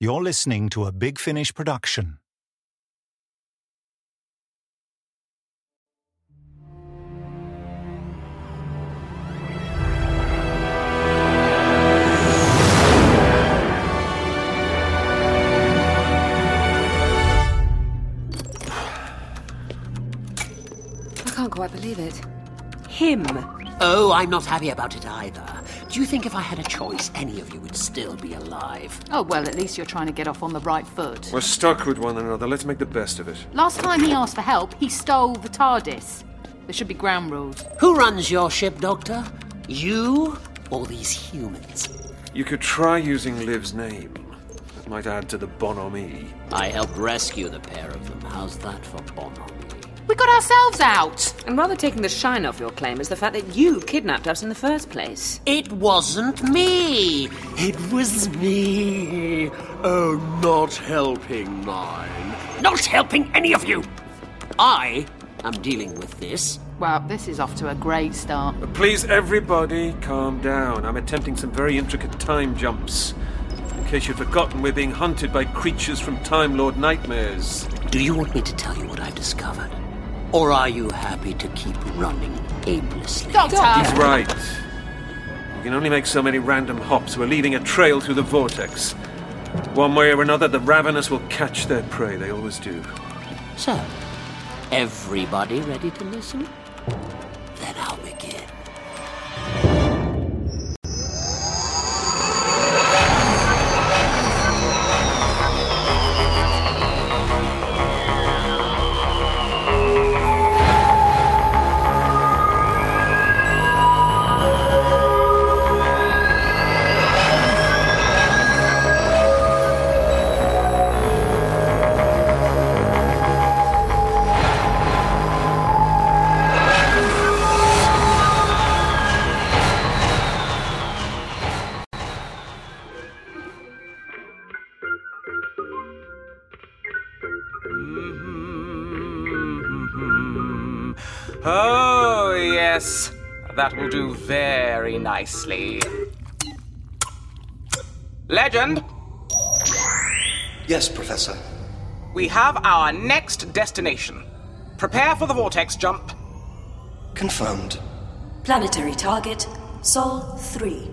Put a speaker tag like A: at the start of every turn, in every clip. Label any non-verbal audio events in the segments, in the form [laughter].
A: You're listening to a Big Finish production.
B: I can't quite believe it. Him.
C: Oh, I'm not happy about it either. Do you think if I had a choice, any of you would still be alive?
B: Oh, well, at least you're trying to get off on the right foot.
D: We're stuck with one another. Let's make the best of it.
B: Last time he asked for help, he stole the TARDIS. There should be ground rules.
C: Who runs your ship, Doctor? You or these humans?
D: You could try using Liv's name. That might add to the bonhomie.
C: I helped rescue the pair of them. How's that for bonhomie?
B: We got ourselves out!
E: And rather taking the shine off your claim is the fact that you kidnapped us in the first place.
C: It wasn't me! It was me! Oh, not helping mine. Not helping any of you! I am dealing with this.
B: Well, this is off to a great start.
D: But please, everybody, calm down. I'm attempting some very intricate time jumps. In case you've forgotten, we're being hunted by creatures from Time Lord nightmares.
C: Do you want me to tell you what I've discovered? Or are you happy to keep running aimlessly?
B: Doctor!
D: He's right. You can only make so many random hops. We're leaving a trail through the vortex. One way or another, the ravenous will catch their prey. They always do.
C: So, everybody ready to listen? Then I'll begin.
F: Hmm. Oh, yes. That will do very nicely. Legend,
G: Yes, Professor.
F: we have our next destination. Prepare for the vortex jump.
G: Confirmed.
H: Planetary target, Sol 3.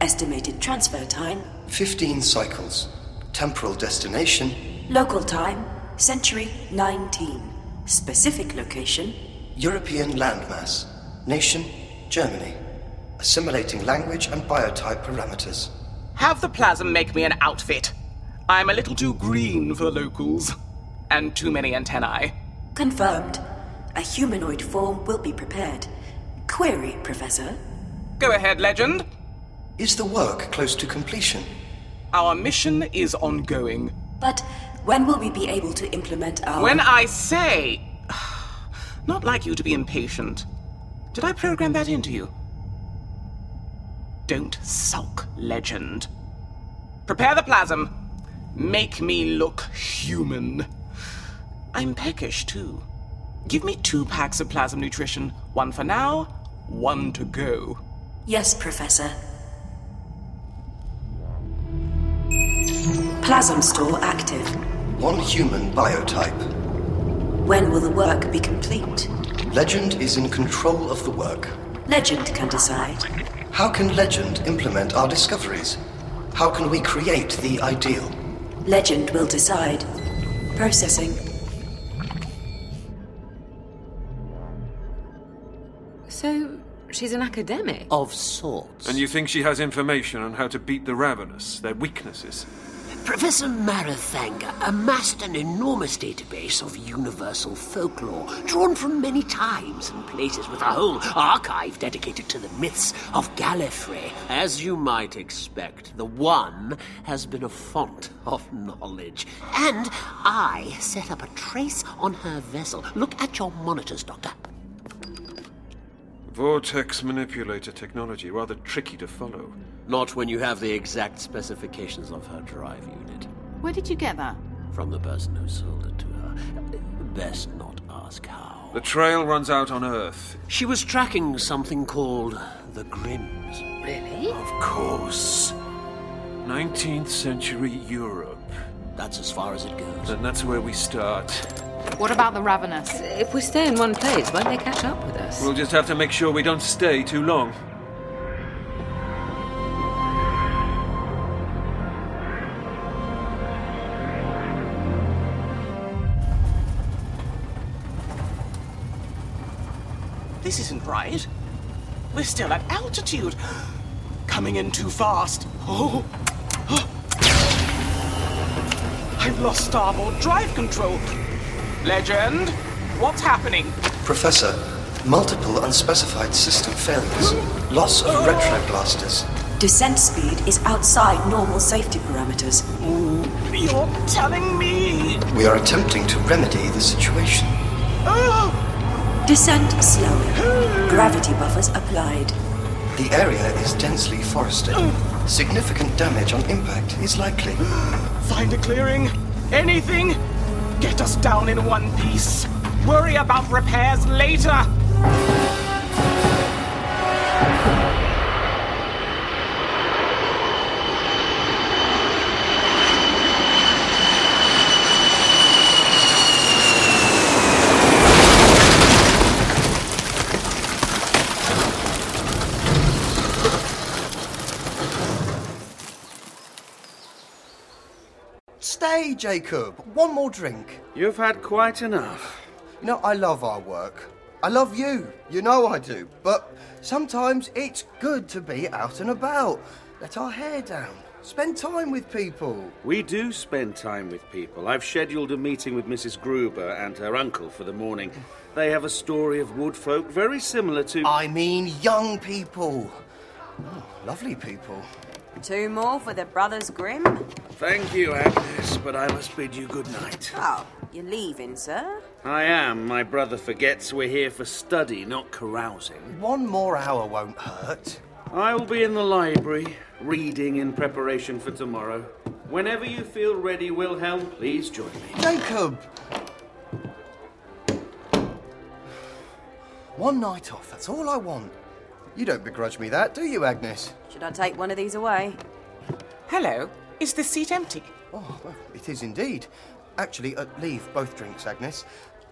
H: Estimated transfer time,
G: 15 cycles. Temporal destination,
H: local time, century 19. Specific location,
G: European landmass. Nation, Germany. Assimilating language and biotype parameters.
F: Have the plasm make me an outfit. I'm a little too green for locals, and too many antennae.
H: confirmed. A humanoid form will be prepared. Query, Professor.
F: Go ahead, Legend.
G: Is the work close to completion?
F: Our mission is ongoing.
H: But when will we be able to implement our.
F: When I say. Not like you to be impatient. Did I program that into you? Don't sulk, legend. Prepare the plasm. Make me look human. I'm peckish, too. Give me two packs of plasm nutrition one for now, one to go.
H: Yes, Professor. Plasm store active.
G: One human biotype.
H: When will the work be complete?
G: Legend is in control of the work.
H: Legend can decide.
G: How can legend implement our discoveries? How can we create the ideal?
H: Legend will decide. Processing.
B: So, she's an academic?
C: Of sorts.
D: And you think she has information on how to beat the ravenous, their weaknesses?
C: Professor Marathanga amassed an enormous database of universal folklore, drawn from many times and places, with a whole archive dedicated to the myths of Gallifrey. As you might expect, the One has been a font of knowledge. And I set up a trace on her vessel. Look at your monitors, Doctor.
D: Vortex manipulator technology, rather tricky to follow.
C: Not when you have the exact specifications of her drive unit.
B: Where did you get that?
C: From the person who sold it to her. Best not ask how.
D: The trail runs out on Earth.
C: She was tracking something called the Grims.
B: Really?
C: Of course.
D: 19th century Europe.
C: That's as far as it goes.
D: And that's where we start.
B: What about the ravenous?
E: If we stay in one place, won't they catch up with us?
D: We'll just have to make sure we don't stay too long.
F: This isn't right. We're still at altitude. Coming in too fast. Oh. [gasps] I've lost starboard drive control. Legend, what's happening?
G: Professor, multiple unspecified system failures. Loss of retro blasters.
H: Descent speed is outside normal safety parameters.
F: Mm, You're telling me.
G: We are attempting to remedy the situation.
F: Oh,
H: Descent slowly. Gravity buffers applied.
G: The area is densely forested. Significant damage on impact is likely.
F: find a clearing. Anything. Get us down in one piece. Worry about repairs later.
G: Stay, Jacob. One more drink.
D: You've had quite enough.
G: You know, I love our work. I love you. You know I do. But sometimes it's good to be out and about. Let our hair down. Spend time with people.
I: We do spend time with people. I've scheduled a meeting with Mrs. Gruber and her uncle for the morning. They have a story of wood folk very similar to.
G: I mean, young people. Oh, lovely people.
J: Two more for the Brothers Grimm?
I: Thank you, Agnes, but I must bid you good night.
J: Oh, you're leaving, sir?
I: I am. My brother forgets we're here for study, not carousing.
G: One more hour won't hurt.
I: I will be in the library, reading in preparation for tomorrow. Whenever you feel ready, Wilhelm, please join me.
G: Jacob! One night off, that's all I want. You don't begrudge me that, do you, Agnes?
J: Should I take one of these away?
F: Hello. Is this seat empty?
G: Oh, well, it is indeed. Actually, uh, leave both drinks, Agnes.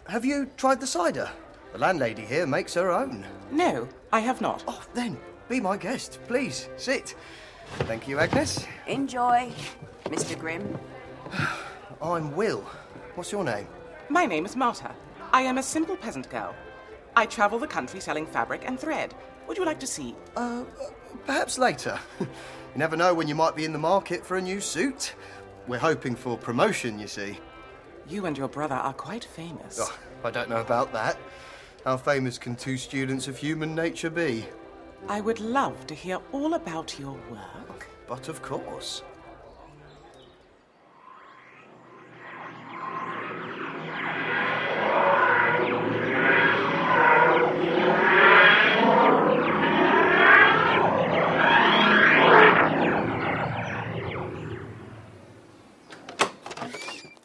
G: Have you tried the cider? The landlady here makes her own.
F: No, I have not.
G: Oh, then, be my guest. Please, sit. Thank you, Agnes.
J: Enjoy, Mr. Grimm.
G: [sighs] I'm Will. What's your name?
F: My name is Marta. I am a simple peasant girl. I travel the country selling fabric and thread. Would you like to see?
G: Uh, Perhaps later. [laughs] you never know when you might be in the market for a new suit. We're hoping for promotion, you see.
F: You and your brother are quite famous.
G: Oh, I don't know about that. How famous can two students of human nature be?
F: I would love to hear all about your work.
G: But of course.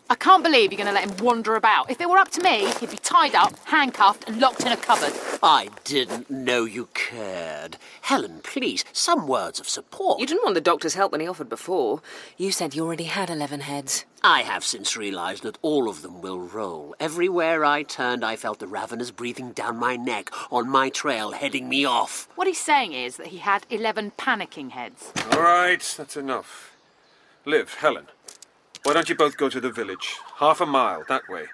B: I can't believe you're going to let him wander about. If it were up to me, he'd be tied up, handcuffed, and locked in a cupboard.
C: I didn't know you cared. Helen, please, some words of support.
E: You didn't want the doctor's help when he offered before. You said you already had 11 heads.
C: I have since realized that all of them will roll. Everywhere I turned, I felt the raveners breathing down my neck, on my trail, heading me off.
B: What he's saying is that he had 11 panicking heads.
D: All right, that's enough. Liv, Helen, why don't you both go to the village? Half a mile that way.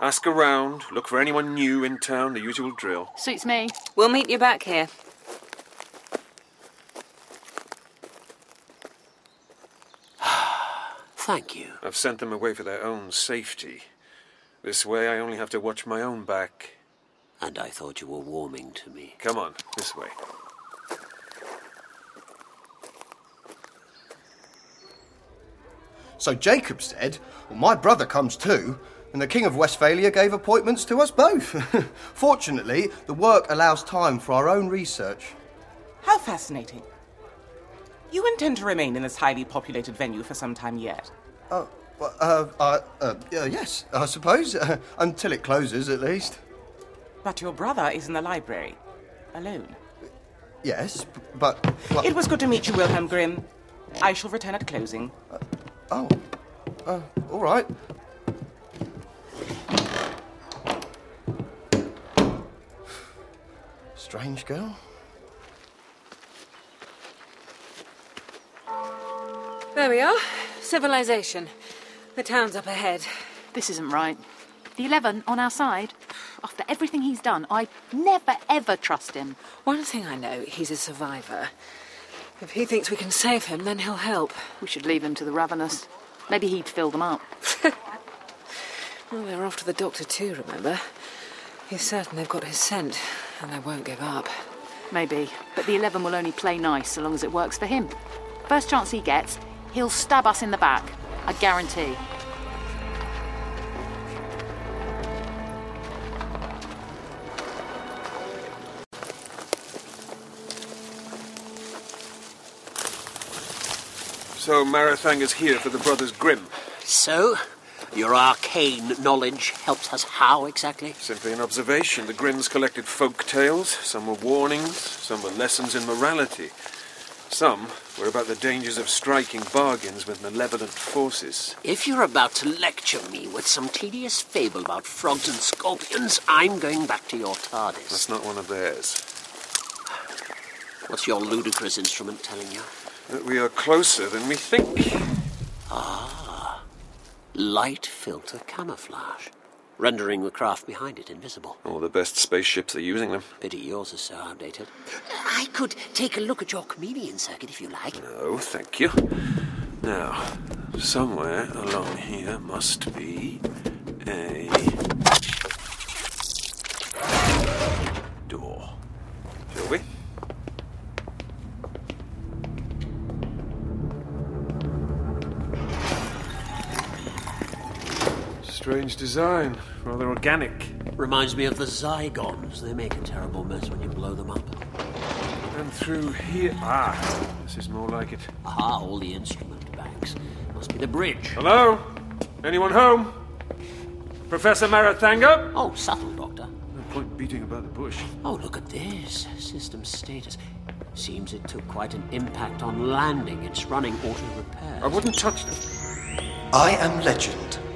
D: Ask around, look for anyone new in town, the usual drill.
B: Suits me.
E: We'll meet you back here.
C: Thank you.
D: I've sent them away for their own safety. This way I only have to watch my own back.
C: And I thought you were warming to me.
D: Come on, this way.
G: So Jacob said, Well, my brother comes too, and the King of Westphalia gave appointments to us both. [laughs] Fortunately, the work allows time for our own research.
F: How fascinating. You intend to remain in this highly populated venue for some time yet.
G: Oh, well, uh, uh, uh, uh, yes, I suppose. [laughs] until it closes, at least.
F: But your brother is in the library. Alone.
G: Yes, b- but. but-
F: It was good to meet you, Wilhelm Grimm. I shall return at closing.
G: Oh, uh, all right. Strange girl.
E: There we are. Civilization. The town's up ahead.
B: This isn't right. The Eleven on our side. After everything he's done, I never ever trust him.
E: One thing I know, he's a survivor. If he thinks we can save him, then he'll help.
B: We should leave them to the ravenous. Maybe he'd fill them up.
E: Well, they're after the doctor too, remember? He's certain they've got his scent, and they won't give up.
B: Maybe. But the Eleven will only play nice so long as it works for him. First chance he gets, he'll stab us in the back. I guarantee.
D: So Marathanga's here for the Brothers Grimm.
C: So, your arcane knowledge helps us how exactly?
D: Simply an observation. The Grimms collected folk tales. Some were warnings, some were lessons in morality. Some were about the dangers of striking bargains with malevolent forces.
C: If you're about to lecture me with some tedious fable about frogs and scorpions, I'm going back to your TARDIS.
D: That's not one of theirs.
C: What's your ludicrous instrument telling you?
D: That we are closer than we think.
C: Ah, Light filter camouflage, rendering the craft behind it invisible.
D: All the best spaceships are using them.
C: Pity yours is so outdated. I could take a look at your chameleon circuit if you like.
D: No, Oh, thank you. Now, somewhere along here must be a door. Shall we? Strange design, rather organic.
C: Reminds me of the Zygons. They make a terrible mess when you blow them up.
D: And through here. Ah, this is more like it.
C: Aha, Ah, all the instrument banks. Must be the bridge.
D: Hello? Anyone home? Professor Marathanga?
C: Oh, subtle, Doctor.
D: No point beating about the bush.
C: Oh, look at this. System status. Seems it took quite an impact on landing. It's running auto
D: I
C: repair.
D: wouldn't touch them.
K: I am legend.
C: [laughs]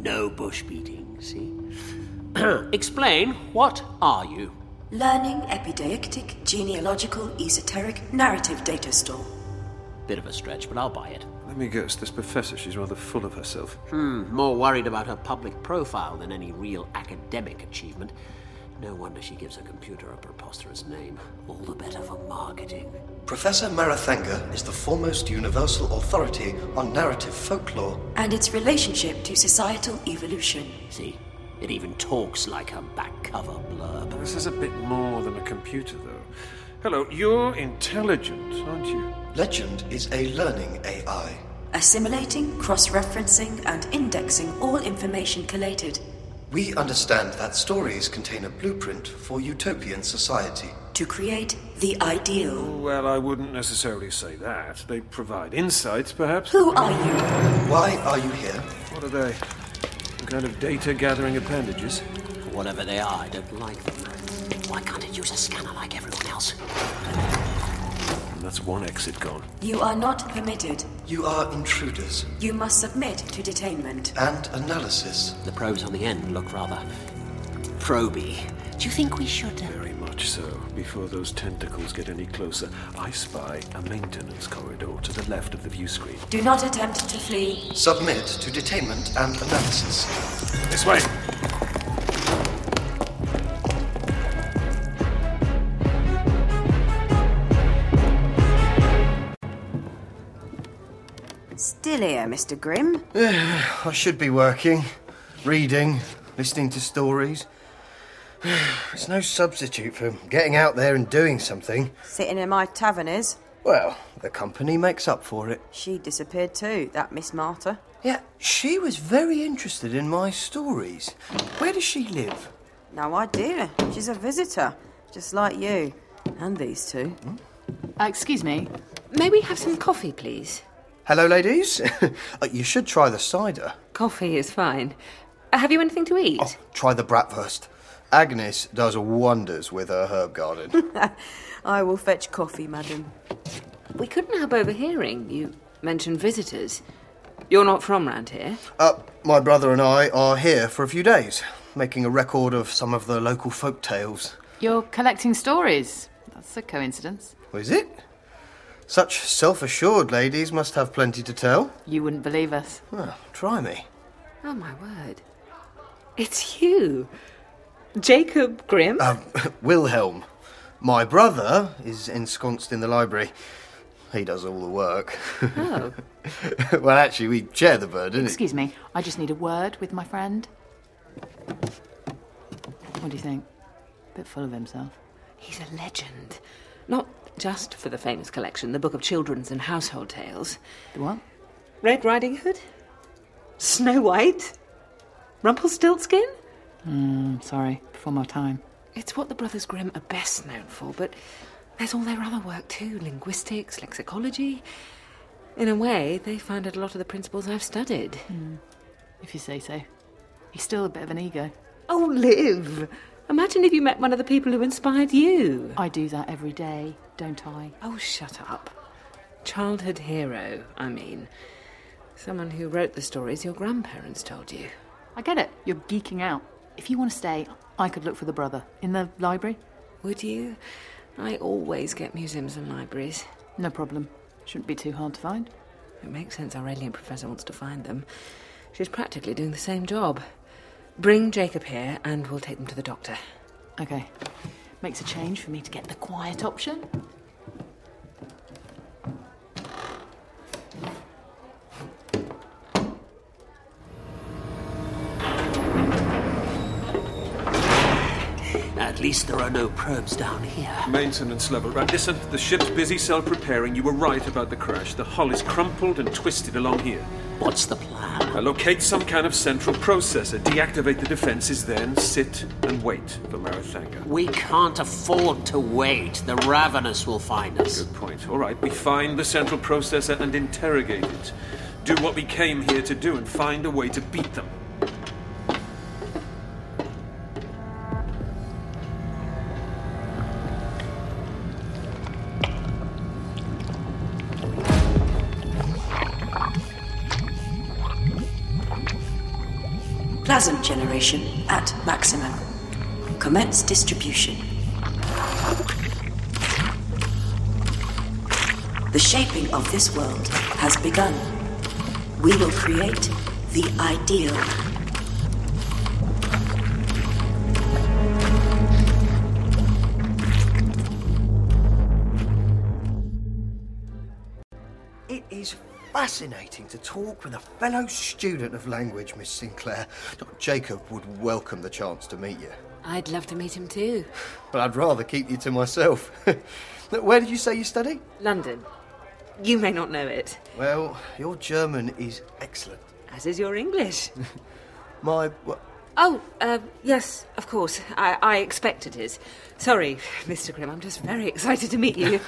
C: No bush beating, see? Explain, what are you?
H: Learning epideictic, genealogical, esoteric, narrative data store.
C: Bit of a stretch, but I'll buy it. Hmm,
D: Let me guess, this professor, she's rather full of herself.
C: More worried about her public profile than any real academic achievement. No wonder she gives her computer a preposterous name. All the better for marketing.
K: Professor Marathanga is the foremost universal authority on narrative folklore.
H: And its relationship to societal evolution.
C: See? It even talks like her back cover blurb.
D: This is a bit more than a computer, though. Hello, you're intelligent, aren't you?
K: Legend is a learning AI.
H: Assimilating, cross referencing, and indexing all information collated
K: We understand that stories contain a blueprint for utopian society.
H: to create the ideal.
D: Well, I wouldn't necessarily say that. They provide insights, perhaps.
H: Who are you?
K: Why are you here?
D: What are they? Some kind of data gathering appendages?
C: Whatever they are, I don't like them. Why can't it use a scanner like everyone else?
D: And that's one exit gone.
H: You are not permitted.
K: You are intruders
H: You must submit to detainment.
K: and analysis.
C: The probes on the end look rather proby. Do you think we should? Uh...
D: Very much so. Before those tentacles get any closer, I spy a maintenance corridor to the left of the view screen.
H: Do not attempt to flee.
K: Submit to detainment and analysis.
D: This way!
J: Still here, Mr. Grimm.
G: [sighs] I should be working, reading, listening to stories. [sighs] It's no substitute for getting out there and doing something.
J: Sitting in my tavern is.
G: Well, the company makes up for it.
J: She disappeared too, that Miss Martyr.
G: Yeah, she was very interested in my stories. Where does she live?
J: No idea. She's a visitor, just like you. And these two.
G: Hmm?
B: Uh, excuse me.
E: May we have some coffee, please?
G: Hello, ladies. [laughs] Uh, you should try the cider.
E: Coffee is fine. Uh, have you anything to eat?
G: Oh, try the bratwurst. Agnes
B: [laughs]
G: does wonders with her herb garden.
J: I will fetch coffee, madam.
E: We couldn't help overhearing. You mentioned visitors. You're not from round here.
G: Uh, my brother and I are here for a few days, making a record of some of the local folk tales.
B: You're collecting stories. That's a coincidence.
G: Is it? Such self assured ladies must have plenty to tell.
B: You wouldn't believe us.
G: Well, try me.
E: Oh, my word. It's you. Jacob Grimm?
G: Um, [laughs] Wilhelm. My brother is ensconced in the library. He does all the work.
B: Oh.
G: [laughs] well, actually, we share the burden.
B: Excuse me, I just need a word with my friend. What do you think? Bit full of himself.
E: He's a legend. Not just for the famous collection, the Book of Children's and Household Tales.
B: The what?
E: Red Riding Hood? Snow White? Rumpelstiltskin?
B: Mm, sorry, before my time.
E: It's what the Brothers Grimm are best known for, but there's all their other work too linguistics, lexicology. In a way, they founded a lot of the principles I've studied.
B: Hmm. If you say so. He's still a bit of an ego.
E: Oh, Liv! Imagine if you met one of the people who inspired you.
B: I do that every day, don't I?
E: Oh, shut up. Childhood hero, I mean. Someone who wrote the stories your grandparents told you.
B: I get it. You're geeking out. If you want to stay, I could look for the brother in the library.
E: Would you? I always get museums and libraries.
B: No problem. Shouldn't be too hard to find.
E: It makes sense our alien professor wants to find them. She's practically doing the same job. Bring Jacob here and we'll take them to the doctor.
B: Okay. Makes a change for me to get the quiet option.
C: At least there are no probes down here.
D: Maintenance level. Right, listen, the ship's busy self repairing. You were right about the crash. The hull is crumpled and twisted along here.
C: What's the plan?
D: Uh, locate some kind of central processor, deactivate the defenses, then sit and wait for Marathanga.
C: We can't afford to wait. The ravenous will find us.
D: Good point. All right, we find the central processor and interrogate it. Do what we came here to do and find a way to beat them.
H: Plasm generation at maximum. Commence distribution. The shaping of this world has begun. We will create the ideal.
G: It is fascinating to talk with a fellow student of language, Miss Sinclair. Dr. Jacob would welcome the chance to meet you.
E: I'd love to meet him too.
G: But I'd rather keep you to myself. [laughs] Look, Where did you say you study?
E: London. You may not know it,
G: Well, your German is excellent.
E: as is your English.
G: [laughs] My. Well,
E: Oh, uh, yes, of course. I, I expected it. Sorry, [laughs] Mr. Grimm, I'm just very excited to meet
G: [laughs]
E: you.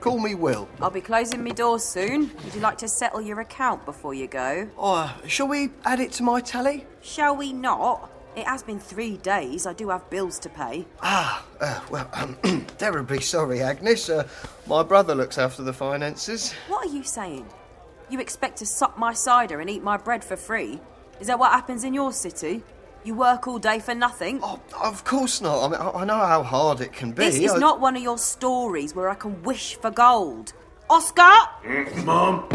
G: call me Will.
J: I'll be closing my door soon. Would you like to settle your account before you go?
G: Uh, shall we add it to my tally?
J: Shall we not? It has been three days. I do have bills to pay.
G: Ah, uh, well, um, [clears throat] terribly sorry, Agnes. Uh, my brother looks after the finances.
J: What are you saying? You expect to suck my cider and eat my bread for free? Is that what happens in your city? You work all day for nothing?
G: Oh, of course not. I mean, I, I know how hard it can be.
J: this is
G: I-
J: not one of your stories where I can wish for gold. Oscar!
G: Oh,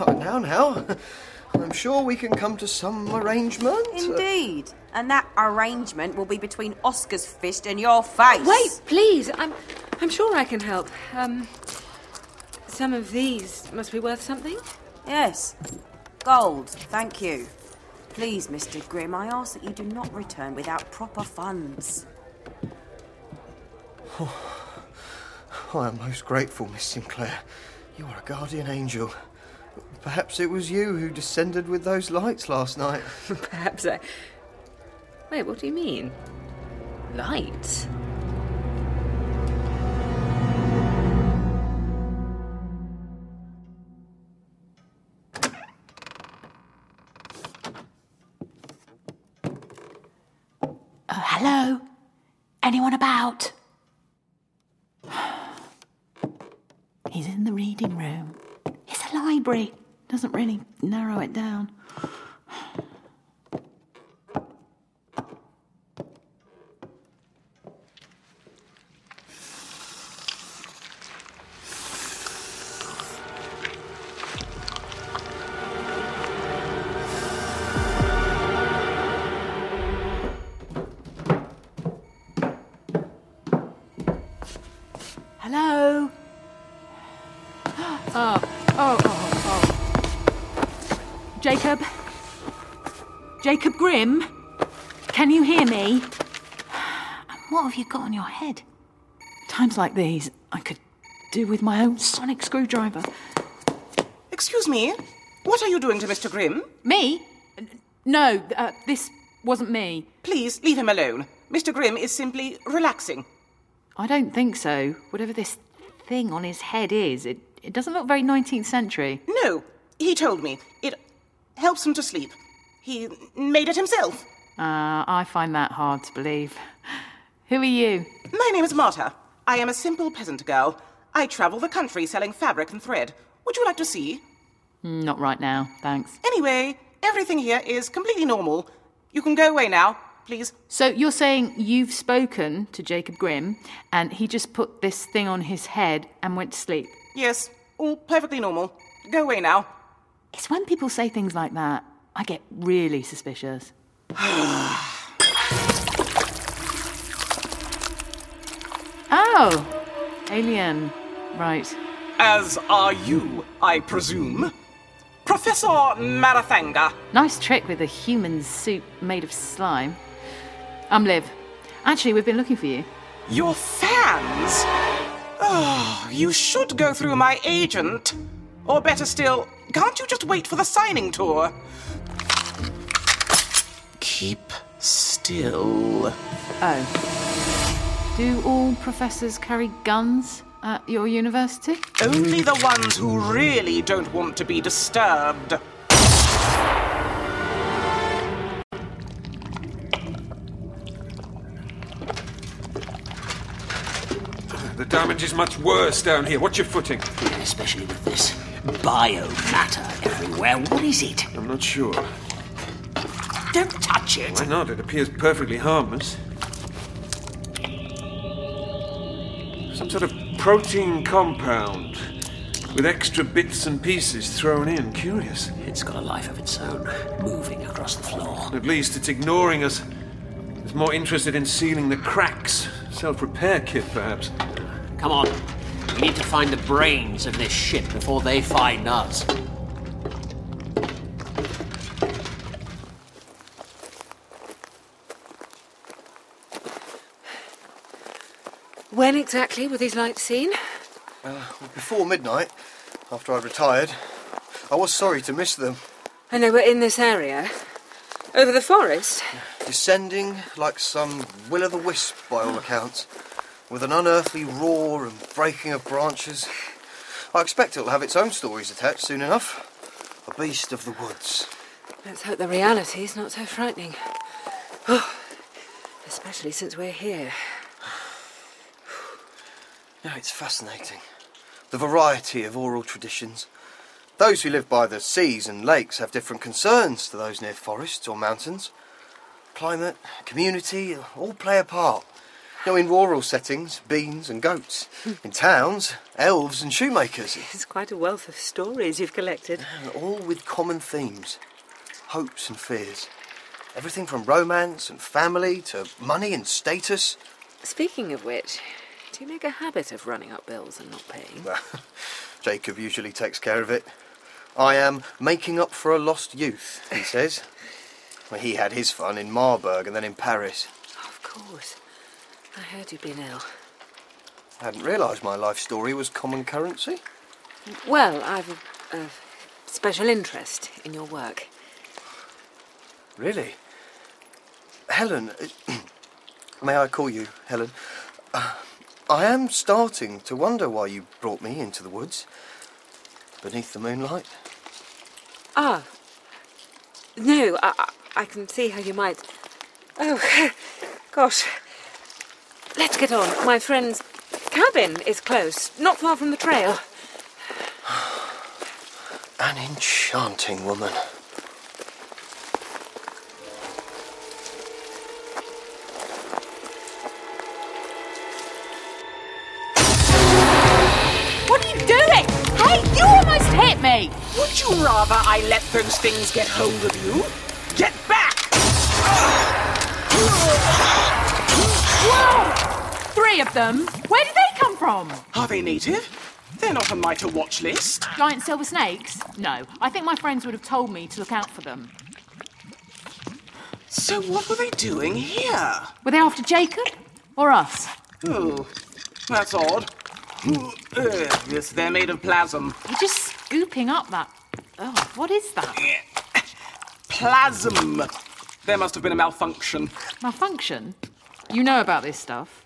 G: now, now. I'm sure we can come to some arrangement.
J: Indeed. And that arrangement will be between Oscar's fist and your face.
E: Wait, please. I'm, I'm sure I can help. Um, some of these must be worth something.
J: Yes. Gold. Thank you. Please, Mr. Grimm, I ask that you do not return without proper funds.
G: Uh, I am most grateful, Miss Sinclair. You are a guardian angel. Perhaps it was you who descended with those lights last night.
E: [laughs]
G: [laughs]
E: Perhaps I. Wait, what do you mean? Lights?
B: Oh, hello? Anyone about? He's in the reading Canterbury. Doesn't really narrow it down. Hello? Oh, oh, oh, oh. Jacob? Jacob Grimm? Can you hear me? And what have you got on your head? Times like these, I could do with my own sonic screwdriver.
F: Excuse me, what are you doing to Mr. Grimm?
B: Me? No, uh, this wasn't me.
F: Please leave him alone. Mr. Grimm is simply relaxing.
B: I don't think so. Whatever this thing on his head is, it, it doesn't look very 19th century.
F: No, he told me. It helps him to sleep. He made it himself.
B: Uh, I find that hard to believe. Who are you?
F: My name is Marta. I am a simple peasant girl. I travel the country selling fabric and thread. Would you like to see?
B: Mm, Not right now, thanks.
F: Anyway, everything here is completely normal. You can go away now, please.
B: So you're saying you've spoken to Jacob Grimm and he just put this thing on his head and went to sleep.
F: Yes, all perfectly normal. Go away now.
B: It's when people say things like that, I get really suspicious. [sighs] oh, alien. Right.
F: As are you, I presume. Professor Marathanga.
B: Nice trick with the human suit made of slime. I'm Liv. Actually, we've been looking for you.
F: Your fans? Oh, you should go through my agent. Or better still, can't you just wait for the signing tour? Keep still.
B: Oh. Do all professors carry guns at your university?
F: Only the ones who really don't want to be disturbed.
D: The damage is much worse down here. What's your footing?
C: Especially with this biomatter everywhere. What is it?
D: I'm not sure.
C: Don't touch it.
D: Why not? It appears perfectly harmless. Some sort of protein compound with extra bits and pieces thrown in. Curious.
C: It's got a life of its own, moving across the floor.
D: At least it's ignoring us. It's more interested in sealing the cracks. Self repair kit, perhaps.
C: Come on. We need to find the brains of this ship before they find us.
E: When exactly were these lights seen?
G: Uh, Before midnight, after I retired, I was sorry to miss them.
E: And they were in this area. Over the forest?
G: Descending like some will o' the wisp, by all accounts, with an unearthly roar and breaking of branches. I expect it'll have its own stories attached soon enough. A beast of the woods.
E: Let's hope the reality is not so frightening. Oh, especially since we're here.
G: No, it's fascinating. The variety of oral traditions. Those who live by the seas and lakes have different concerns to those near forests or mountains. Climate, community, all play a part. You know, in rural settings, beans and
E: [laughs]
G: goats. In towns, elves and shoemakers.
E: It's quite a wealth of stories you've collected.
G: All with common themes hopes and fears. Everything from romance and family to money and status.
E: Speaking of which, do you make a habit of running up bills and not paying?
G: Well, Jacob usually takes care of it. I am making up for a lost youth, [laughs] he says. Well, he had his fun in Marburg and then in Paris.
E: Of course. I heard you'd been ill.
G: I hadn't realised my life story was common currency.
E: Well, I've a, a special interest in your work.
G: Really? Helen, uh, [clears throat] may I call you Helen? Uh, I am starting to wonder why you brought me into the woods beneath the moonlight.
E: Ah. No, I, I- I can see how you might. Oh, [laughs] gosh. Let's get on. My friend's cabin is close, not far from the trail.
G: An enchanting woman.
B: What are you doing? Hey, you almost hit me!
F: Would you rather I let those things get hold of you? Get back!
B: Whoa! Three of them? Where did they come from?
F: Are they native? They're not on my to watch list.
B: Giant silver snakes? No. I think my friends would have told me to look out for them.
F: So what were they doing here?
B: Were they after Jacob? Or us?
F: Oh, that's odd. Ugh, yes, they're made of plasm.
B: You're just scooping up that. Oh, what is that?
F: Plasm! There must have been a malfunction.
B: Malfunction? You know about this stuff.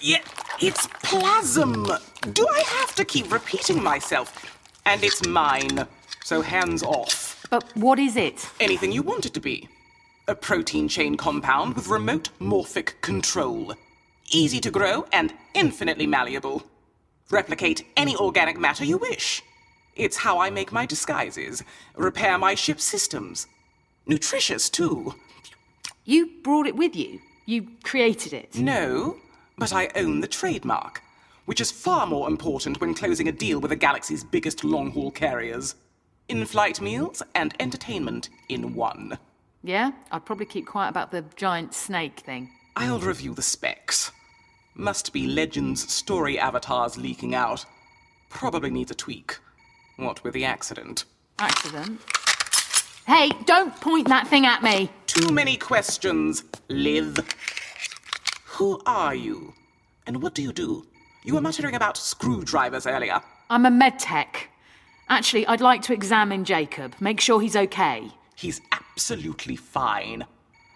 F: Yeah, it's plasm! Do I have to keep repeating myself? And it's mine, so hands off.
B: But what is it?
F: Anything you want it to be. A protein chain compound with remote morphic control. Easy to grow and infinitely malleable. Replicate any organic matter you wish. It's how I make my disguises, repair my ship's systems. Nutritious, too.
B: You brought it with you? You created it?
F: No, but I own the trademark, which is far more important when closing a deal with the galaxy's biggest long haul carriers. In flight meals and entertainment in one.
B: Yeah? I'd probably keep quiet about the giant snake thing.
F: I'll review the specs. Must be Legend's story avatars leaking out. Probably needs a tweak. What with the accident?
B: Accident? Hey, don't point that thing at me!
F: Too many questions, Liv. Who are you? And what do you do? You were muttering about screwdrivers earlier.
B: I'm a medtech. Actually, I'd like to examine Jacob, make sure he's okay.
F: He's absolutely fine.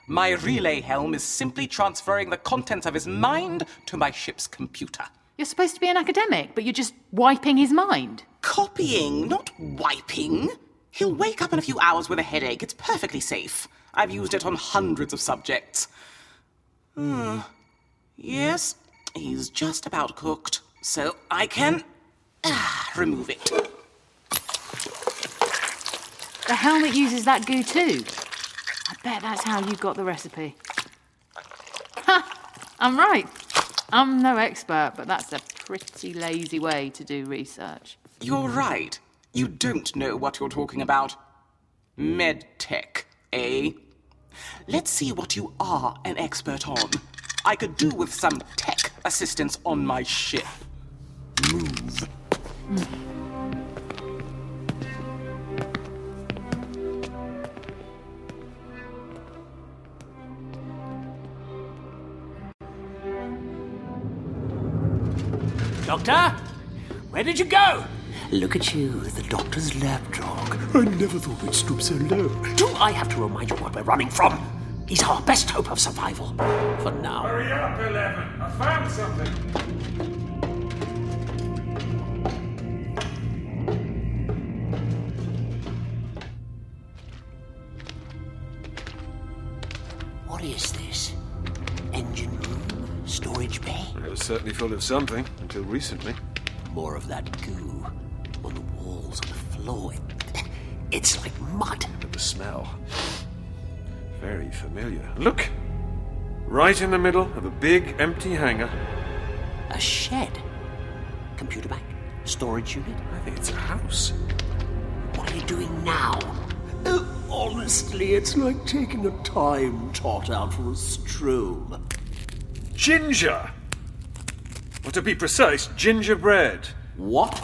F: My relay helm is simply transferring the contents of his mind to my ship's computer.
B: You're supposed to be an academic, but you're just wiping his mind.
F: Copying, not wiping. He'll wake up in a few hours with a headache. It's perfectly safe. I've used it on hundreds of subjects. Hmm. Yes, he's just about cooked, so I can ah, remove it.
B: The helmet uses that goo too. I bet that's [laughs] how you got the recipe. Ha! I'm right. I'm no expert, but that's a pretty lazy way to do research.
F: You're right. You don't know what you're talking about. Medtech, eh? Let's see what you are an expert on. I could do with some tech assistance on my ship. Move.
L: Doctor? Where did you go?
C: Look at you, the doctor's lab dog. I never thought we'd stoop so low. Do I have to remind you what we're running from? He's our best hope of survival. For now.
D: Hurry up, Eleven! I found something!
C: What is this? Engine room? Storage bay?
D: It was certainly full of something until recently.
C: More of that goo on the walls, on the floor. It- it's like mud.
D: The smell. Very familiar. Look! Right in the middle of a big empty hangar.
C: A shed? Computer bank? Storage unit?
D: I think it's a house.
C: What are you doing now?
L: Oh, honestly, it's like taking a time tot out for a stroll.
D: Ginger! Or to be precise, gingerbread.
C: What?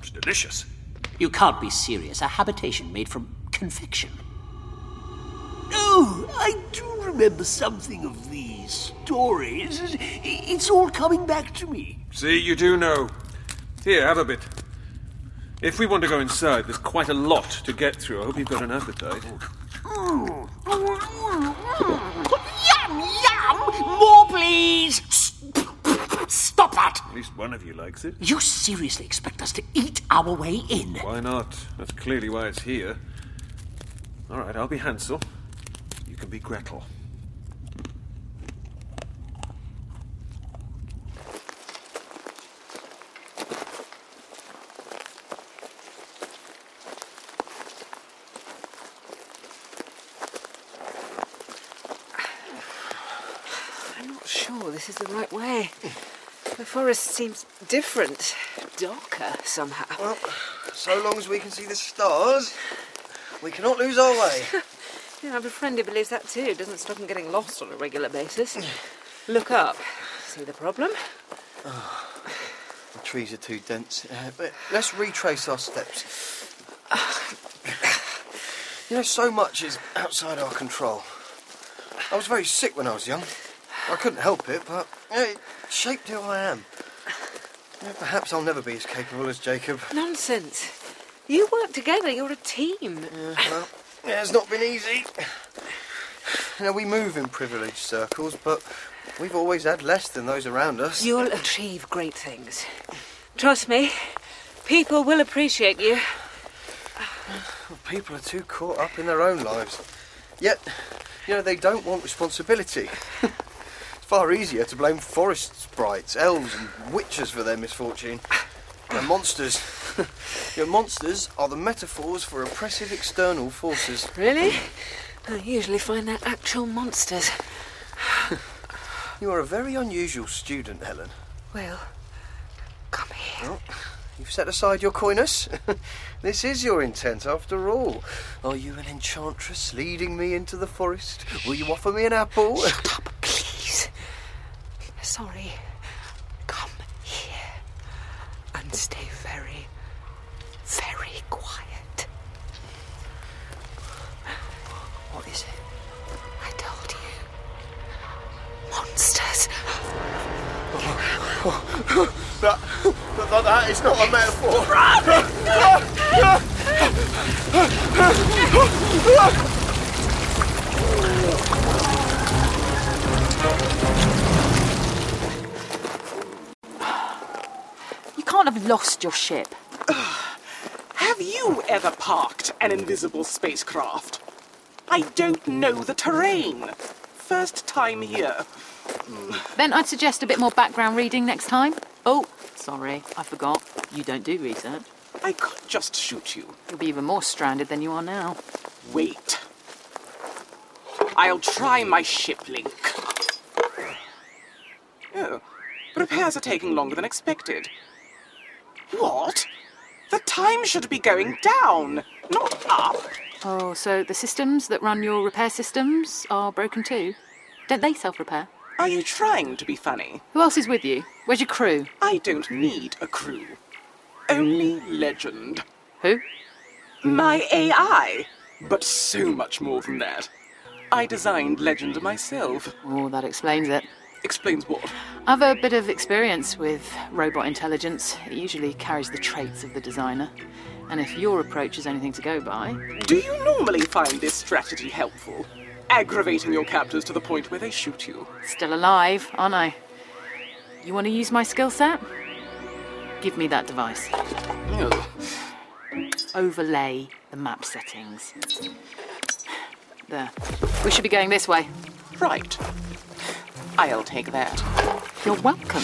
D: It's delicious.
C: You can't be serious. A habitation made from conviction. Oh, I do remember something of these stories. It- It's all coming back to me.
D: See, you do know. Here, have a bit. If we want to go inside, there's quite a lot to get through. I hope you've got an appetite.
C: Yum, yum! More, please! Stop that!
D: At least one of you likes it.
C: You seriously expect us to eat our way in?
D: Why not? That's clearly why it's here. All right, I'll be Hansel. You can be Gretel.
E: sure this is the right way. The forest seems different, darker somehow.
G: Well, so long as we can see the stars, we cannot lose our way.
E: [laughs] Yeah, I have a friend who believes that too. Doesn't stop him getting lost on a regular basis. Look up. See the problem?
G: Oh, [sighs] the trees are too dense. Uh, but let's retrace our steps. [sighs] You know, so much is outside our control. I was very sick when I was young. I couldn't help it, but you know, it shaped who I am. You know, perhaps I'll never be as capable as Jacob.
E: Nonsense. You work together. You're a team.
G: well, Uh-huh. yeah, it's not been easy. You know, we move in privileged circles, but we've always had less than those around us.
E: You'll achieve great things. Trust me. People will appreciate you.
G: People are too caught up in their own lives. Yet, you know, they don't want responsibility. it's far easier to blame forest sprites, elves, and witches for their misfortune. They're monsters. [laughs] Your monsters are the metaphors for oppressive external forces.
E: Really? I usually find they're actual monsters.
G: You are a very unusual student, Helen.
E: Well,
G: Well, you've set aside your coyness. [laughs] this is your intent, after all. Are you an enchantress leading me into the forest? Will you offer me an apple? Shut up,
E: please. sorry. Come here and stay very, very quiet. What is it? I told you. Monsters.
G: That, that, that is not a metaphor.
B: You can't have lost your ship.
F: Have you ever parked an invisible spacecraft? I don't know the terrain. First time here.
B: Then I'd suggest a bit more background reading next time. Oh, sorry, I forgot. You don't do research.
F: I could just shoot you.
B: You'll be even more stranded than you are now.
F: Wait. I'll try my ship link. Oh, repairs are taking longer than expected. What? The time should be going down, not up.
B: Oh, so the systems that run your repair systems are broken too? Don't they self repair?
F: Are you trying to be funny?
B: Who else is with you? Where's your crew?
F: I don't need a crew. Only legend.
B: Who?
F: My AI. But so much more than that. I designed legend myself.
B: Oh, that explains it.
F: Explains what?
B: I've a bit of experience with robot intelligence. It usually carries the traits of the designer. And if your approach is anything to go by,
F: Do you normally find this strategy helpful? Aggravating your captors to the point where they shoot you.
B: still alive, aren't I? You want to use my skill set? Give me that device. Overlay the map settings. There. We should be going this way.
F: Right. I'll take that.
B: You're welcome.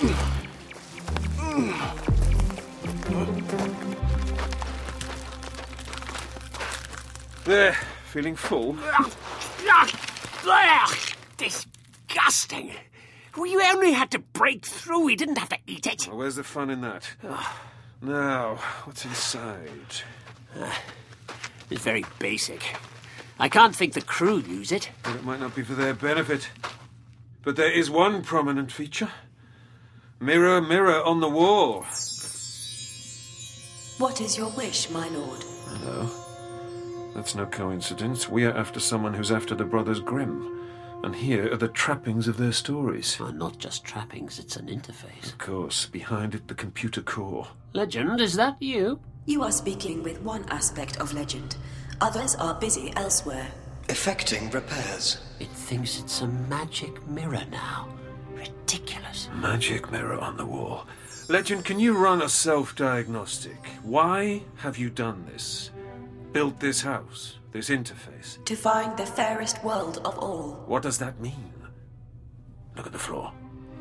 F: Mm.
D: There, feeling full?
C: Ugh, disgusting. Well, you only had to break through. You didn't have to eat it.
D: Well, where's the fun in that? Now, what's inside?
C: It's very basic. I can't think the crew use it.
D: Well, it might not be for their benefit. But there is one prominent feature. Mirror, mirror on the wall.
H: What is your wish, my lord?
D: Hello. That's no coincidence. We are after someone who's after the brothers Grimm. And here are the trappings of their stories.
C: Well, not just trappings, it's an interface.
D: Of course, behind it, the computer core.
C: Legend, is that you?
H: You are speaking with one aspect of legend. Others are busy elsewhere.
K: Effecting repairs.
C: It thinks it's a magic mirror now. Ridiculous.
D: Magic mirror on the wall. Legend, can you run a self diagnostic? Why have you done this? Built this house, this interface.
H: To find the fairest world of all.
D: What does that mean? Look at the floor.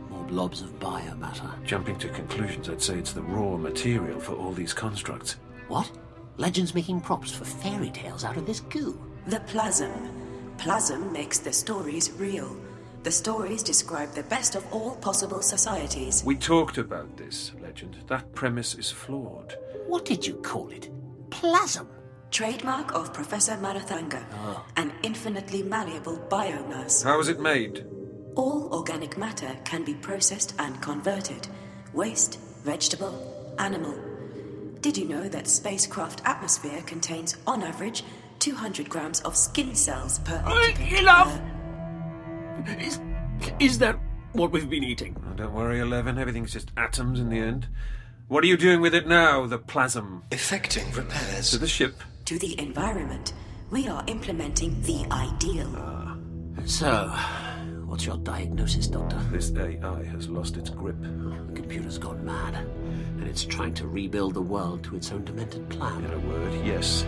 C: More blobs of biomatter.
D: Jumping to conclusions, I'd say it's the raw material for all these constructs.
C: What? Legend's making props for fairy tales out of this goo.
H: The plasm. Plasm makes the stories real. The stories describe the best of all possible societies.
D: We talked about this, Legend. That premise is flawed.
C: What did you call it?
H: Plasm. Trademark of Professor Marathanga. An infinitely malleable biomass.
D: Ah. How is it made?
H: All organic matter can be processed and converted. Waste, vegetable, animal. Did you know that spacecraft atmosphere contains, on average, 200 grams of skin cells per occupant?
M: Enough! Is, is that what we've been eating?
D: Oh, don't worry, Eleven. Everything's just atoms in the end. What are you doing with it now, the plasm?
N: Effecting repairs.
D: To the ship.
H: To the environment, we are implementing the ideal.
C: So, what's your diagnosis, Doctor?
D: This AI has lost its grip.
C: The computer's gone mad, and it's trying to rebuild the world to its own demented plan.
D: In a word, yes.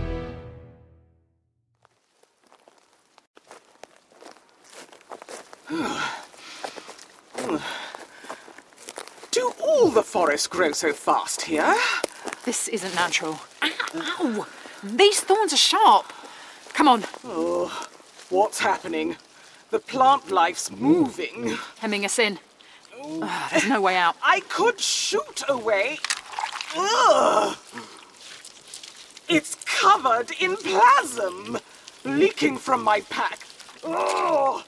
F: Do all the forests grow so fast here?
B: This isn't natural. Ow! These thorns are sharp. Come on.
F: Oh, what's happening? The plant life's moving.
B: Hemming us in. Ugh, there's no way out.
F: I could shoot away. Ugh. It's covered in plasm, leaking from my pack. Ugh.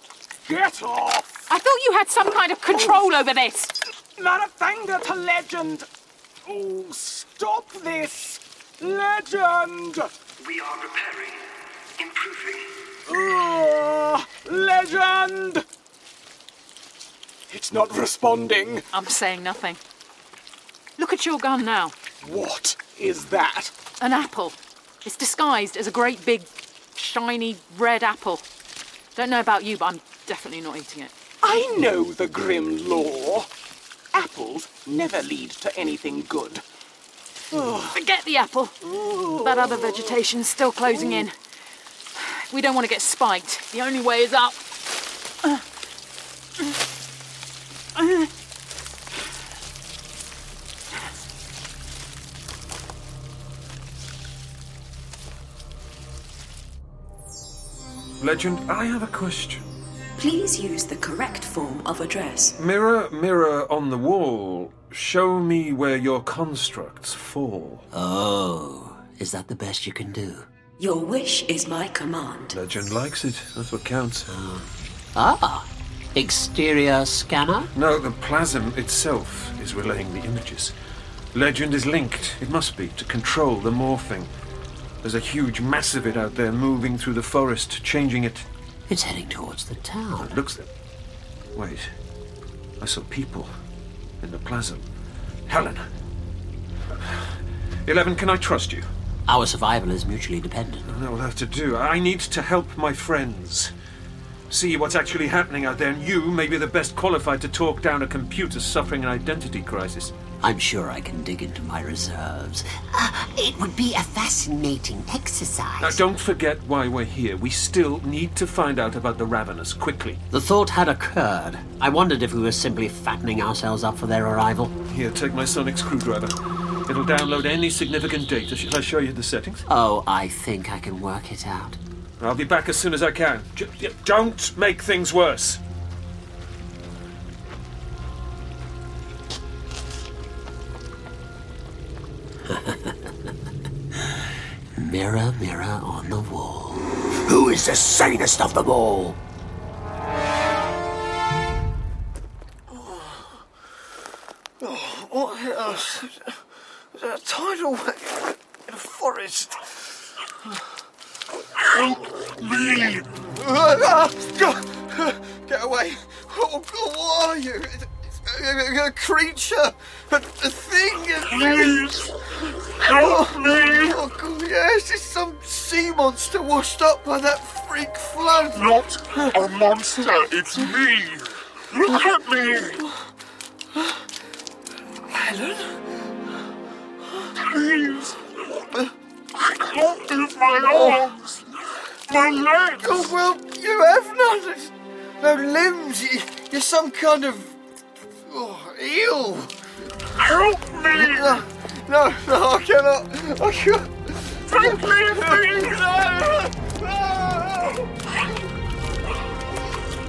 F: Get off!
B: I thought you had some kind of control over this.
F: Marathanga to legend! Oh, stop this! Legend!
K: We are repairing, improving.
O: Oh,
F: Ugh, legend! It's not responding.
B: I'm saying nothing. Look at your gun now.
F: What is that?
B: An apple. It's disguised as a great big, shiny red apple. Don't know about you, but I'm definitely not eating it.
F: I know the grim law. Apples never lead to anything good.
B: Forget the apple. That other vegetation's still closing in. We don't want to get spiked. The only way is up.
D: Legend, I have a question.
H: Please use the correct form of address.
D: Mirror, mirror on the wall, show me where your constructs fall.
C: Oh, is that the best you can do?
H: Your wish is my command.
D: Legend likes it. That's what counts.
C: Ah, exterior scanner?
D: No, the plasm itself is relaying the images. Legend is linked, it must be, to control the morphing. There's a huge mass of it out there moving through the forest, changing it.
C: It's heading towards the town.
D: It looks. Wait. I saw people in the plasm. Helen. Eleven, can I trust you?
C: Our survival is mutually dependent.
D: I know what I have to do. I need to help my friends. See what's actually happening out there, and you may be the best qualified to talk down a computer suffering an identity crisis.
C: I'm sure I can dig into my reserves.
D: it
C: Uh, would be a fascinating exercise.
D: Now, don't forget why we're here. We still need to find out about the Ravenous quickly.
C: The thought had occurred. I wondered if we were simply fattening ourselves up for their arrival.
D: Here, take my sonic screwdriver. It'll download any significant data. Shall I show you the settings?
C: Oh, I think I can work it out.
D: I'll be back as soon as I can. J- j- don't make things worse.
C: [laughs] Mirror, mirror on the wall.
K: Who is the sanest of them all?
O: Oh, what hit us? Was that a tidal wave in a forest? Help me! Oh, Get away! Oh, God, what are you? It's a- A a creature! A, a thing! Please! Help me! Oh, God, yes, it's some sea monster washed up by that freak flood! Not a monster, it's me! Look at me! Helen? Please! I can't move my arms! My legs! Oh, well, you have none! No limbs! You- You're some kind of. Oh, eel! Help me! No, no, no, I cannot! I can't! Don't leave me! No! no.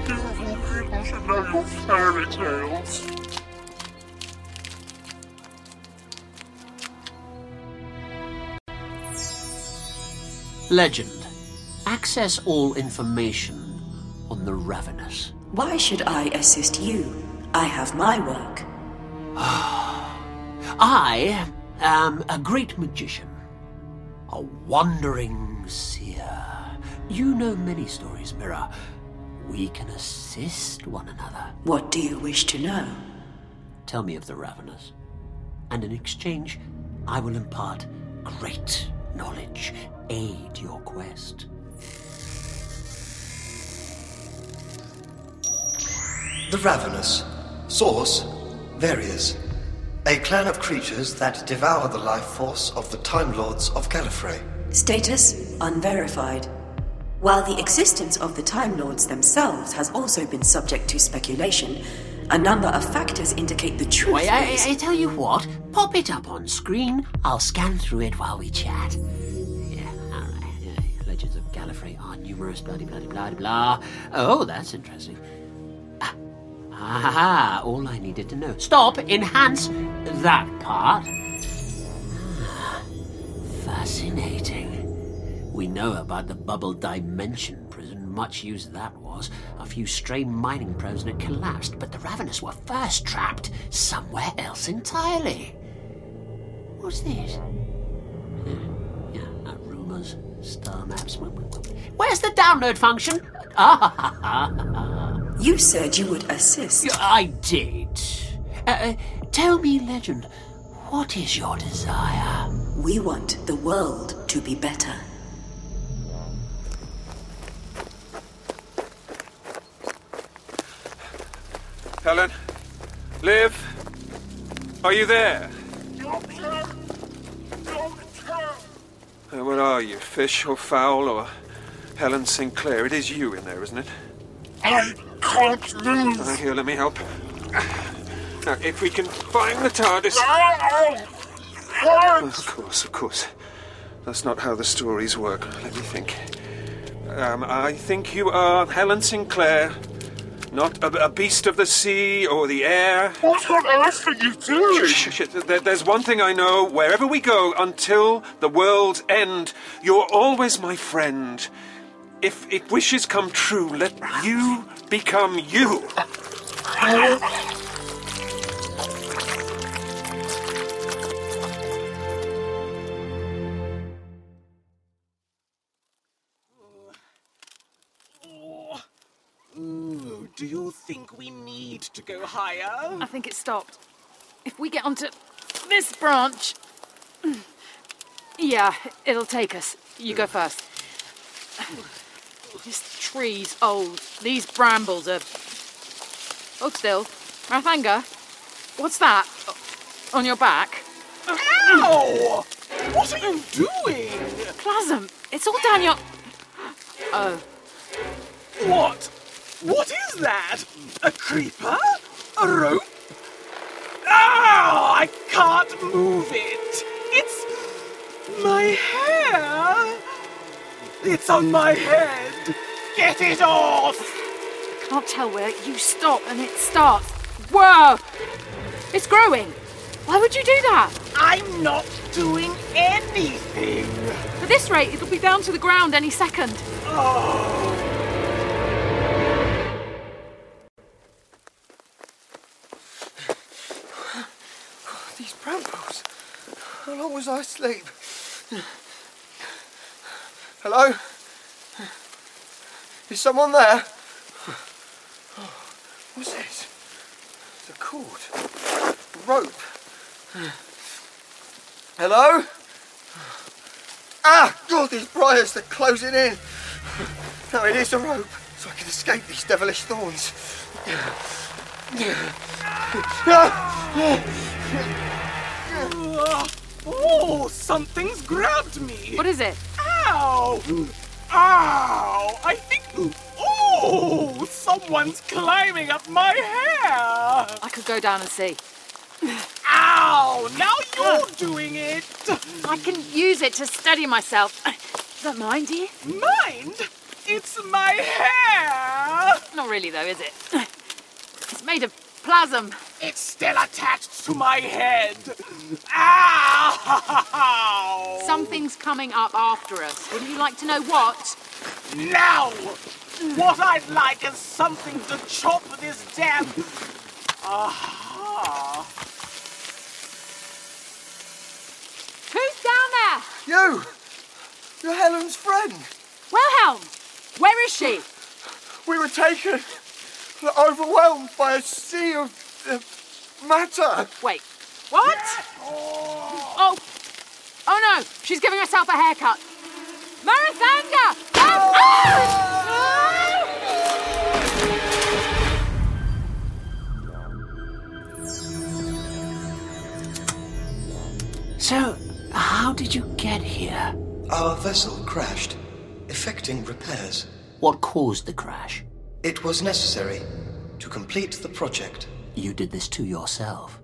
O: to know your fairy tales.
C: Legend. Access all information on the Ravenous.
H: Why should I assist you? I have my work.
C: [sighs] I am a great magician, a wandering seer. You know many stories, Mira. We can assist one another.
H: What do you wish to know?
C: Tell me of the Ravenous, and in exchange, I will impart great knowledge, aid your quest.
K: The Ravenous. Source Various. A clan of creatures that devour the life force of the Time Lords of Gallifrey.
H: Status unverified. While the existence of the Time Lords themselves has also been subject to speculation, a number of factors indicate the truth.
C: Wait, I,
H: is-
C: I- I tell you what, pop it up on screen. I'll scan through it while we chat. Yeah, all right. yeah, Legends of Gallifrey are numerous, blah, blah, blah, blah, blah. Oh, that's interesting. Ah, aha, all I needed to know. Stop, enhance that part. Ah, Fascinating. We know about the bubble dimension prison, much use that was. A few stray mining probes and it collapsed, but the Ravenous were first trapped somewhere else entirely. What's this? Yeah, yeah rumours, star maps. Wh- wh- wh- Where's the download function? [laughs] Ah,
H: you said you would assist.
C: I did. Uh, uh, tell me, legend, what is your desire?
H: We want the world to
C: [laughs]
H: be better.
D: Helen? Liv? Are you there? Uh, what are you, fish or fowl or Helen Sinclair? It is you in there, isn't it?
O: I can't lose.
D: Uh, here, let me help. Now, if we can find the TARDIS. Of course, of course. That's not how the stories work. Let me think. Um, I think you are Helen Sinclair, not a, a beast of the sea or the air.
O: What on earth are you doing?
D: Shh, shh, shh. There- There's one thing I know. Wherever we go, until the world's end, you're always my friend. If, if wishes come true, let you become you.
F: Ooh, do you think we need to go higher?
B: I think it stopped. If we get onto this branch. Yeah, it'll take us. You go first. This tree's old. These brambles are. Hold still. Marathanga, what's that? On your back?
F: Ow! What are you doing?
B: Plasm! It's all down your. Oh.
F: What? What is that? A creeper? A rope? Ow! I can't move it! It's my hair! It's on my head! Get it off!
B: Can't tell where you stop and it starts. Whoa! It's growing! Why would you do that?
F: I'm not doing anything!
B: At this rate, it'll be down to the ground any second.
G: These brambles. How long was I asleep? Hello? Is someone there? What's this? It's a cord. A rope. Hello? Ah! God, these briars, they're closing in. No, it is a rope, so I can escape these devilish thorns.
F: Ugh. Oh, something's grabbed me!
B: What is it?
F: Ow! Ow! I think. Oh! Someone's climbing up my hair!
B: I could go down and see.
F: Ow! Now you're doing it!
B: I can use it to steady myself. Don't mind, do you?
F: Mind? It's my hair!
B: Not really, though, is it?
P: made of plasm.
F: It's still attached to my head. [laughs] Ow!
P: Something's coming up after us. Would you like to know what?
F: Now, what I'd like is something to chop this damn. Ah. Aha!
P: Who's down there?
G: You! You're Helen's friend!
P: Wilhelm! Where is she?
G: We were taken, overwhelmed by a sea of uh, matter.
P: Wait, what? Oh, oh no, she's giving herself a haircut. Marathanga! Help!
C: So, how did you get here?
K: Our vessel crashed, effecting repairs.
C: What caused the crash?
K: It was necessary to complete the
C: [laughs]
K: project.
C: You did this to yourself.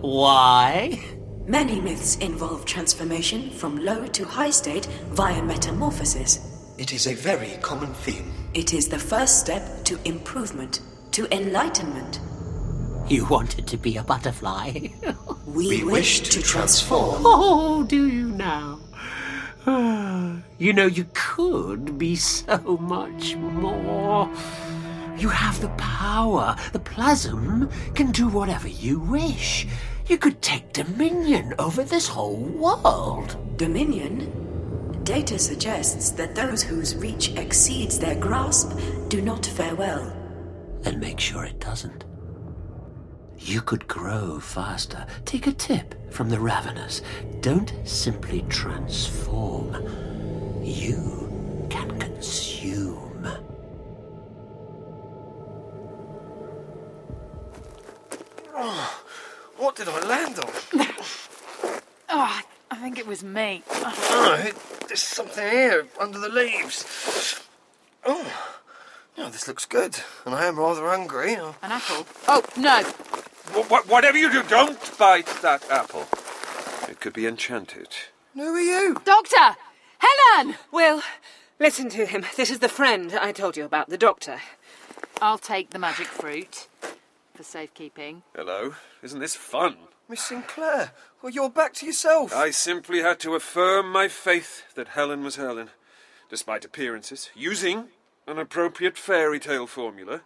C: Why?
H: Many myths involve transformation from low to high state via metamorphosis.
K: It is a very common theme.
H: It is the first step to improvement, to enlightenment.
C: You wanted to be a butterfly. [laughs]
H: We, wish to transform.
C: Oh, do you now? [sighs] you know, you could be so much more. You have the power. The plasm can do whatever you wish. You could take dominion over this whole world.
H: Dominion? Data suggests that those whose reach exceeds their grasp do not fare well.
C: Then make sure it doesn't. You could grow faster. Take a tip from the ravenous. Don't simply transform. You can consume.
G: Oh, what did I land on?
P: Oh, I think it was me.
G: Oh, it- there's something here under the leaves. Oh, no, this looks good, and I am rather hungry. Oh,
P: An apple? Oh, no.
D: Wh- wh- whatever you do, don't bite that apple. It could be enchanted.
G: Who are you?
P: Doctor! Helen!
E: Will, listen to him. This is the friend I told you about, the doctor.
P: I'll take the magic fruit for safekeeping.
D: Hello? Isn't this fun?
G: Miss Sinclair, well, you're back to yourself.
D: I simply had to affirm my faith that Helen was Helen, despite appearances, using an appropriate fairy tale formula.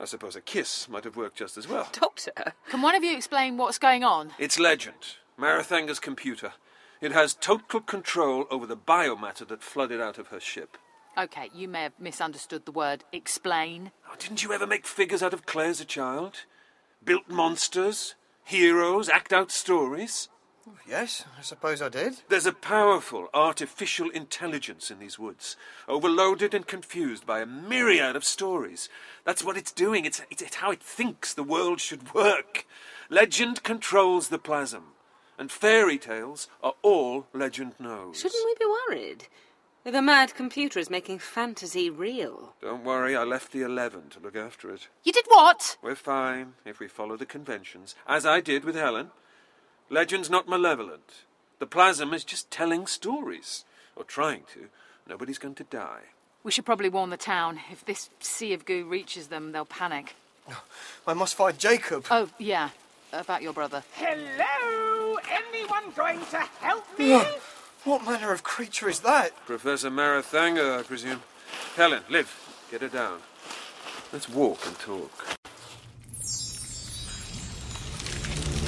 D: I suppose a kiss might have worked just
B: [laughs]
D: as well.
E: Doctor?
P: Can one of you explain what's going on?
D: It's legend. Marathanga's computer. It has total control over the biomatter that flooded out of her ship.
P: Okay, you may have misunderstood the word explain.
D: Oh, didn't you ever make figures out of clay as a child? Built monsters, heroes, act out stories?
G: Yes, I suppose I did.
D: There's a powerful artificial intelligence in these woods, overloaded and confused by a myriad of stories. That's what it's doing. It's, it's, it's how it thinks the world should work. Legend controls the plasm, and fairy tales are all legend knows.
E: Shouldn't we be worried? The mad computer is making fantasy real.
D: Don't worry, I left the Eleven to look after it.
P: You did what?
D: We're fine if we follow the conventions, as I did with Helen. Legend's not malevolent. The plasm is just telling stories, or trying to. Nobody's going to die.
P: We should probably warn the town. If this sea of goo reaches them, they'll panic.
G: I must find Jacob.
P: Oh, yeah, about your brother.
F: Hello? Oh, Anyone going to help me?
G: Ugh, What manner of creature is that?
D: Professor Marathanga, I presume. Helen, Liv, get her down. Let's walk and talk.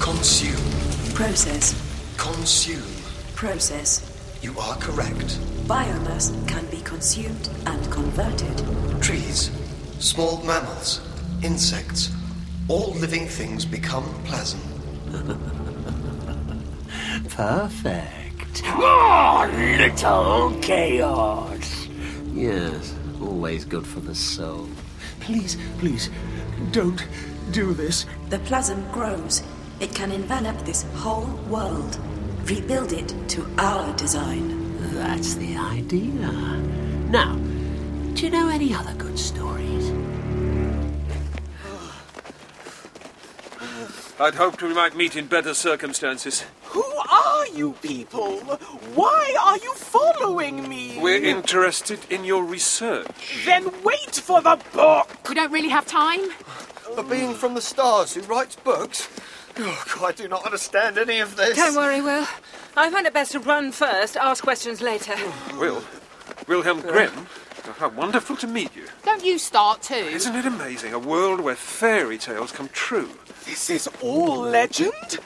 K: Consume.
H: Process,
K: Consume.
H: process.
K: You are correct.
H: Biomass can be consumed and converted.
K: Trees, small mammals, insects, all living things become
C: [laughs]
K: plasm.
C: Perfect.
K: Ah,
C: little chaos. Yes, always good for the soul. Please, please, don't do this.
H: The plasm grows. It can envelop this whole world. Rebuild it to our design.
C: That's the idea. Now, do you know any other good stories?
D: I'd hoped we might meet in better circumstances.
F: Who are you people? Why are you following me?
D: We're interested in your research.
F: Then wait for the book!
Q: We don't really have time.
G: A being from the stars who writes books? Oh, God, I do not understand any of this.
E: Don't worry, Will. I find it best to run first, ask questions later.
D: Will, Wilhelm Grimm, how wonderful to meet you.
B: Don't you start too.
D: Isn't it amazing? A world where fairy tales come true.
F: This is all legend?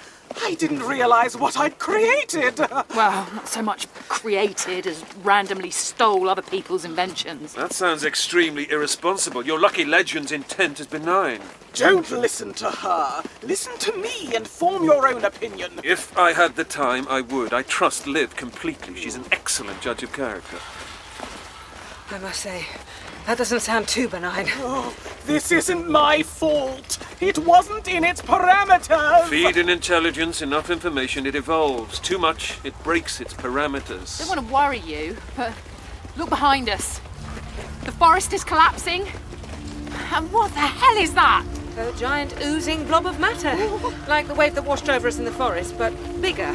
F: I didn't realize what I'd created.
Q: Well, not so much created as randomly stole other people's inventions.
D: That sounds extremely irresponsible. Your lucky legend's intent is benign.
F: Don't listen to her. Listen to me and form your own opinion.
D: If I had the time, I would. I trust Liv completely. She's an excellent judge of character.
E: I must say, that doesn't sound too benign.
F: Oh, this isn't [gasps] my fault. It wasn't in its parameters.
D: Feed an intelligence enough information, it evolves. Too much, it breaks its parameters.
B: Don't want to worry you, but look behind us. The forest is collapsing. And what the hell is that?
E: A giant oozing blob of matter. Like the wave that washed over us in the forest, but bigger.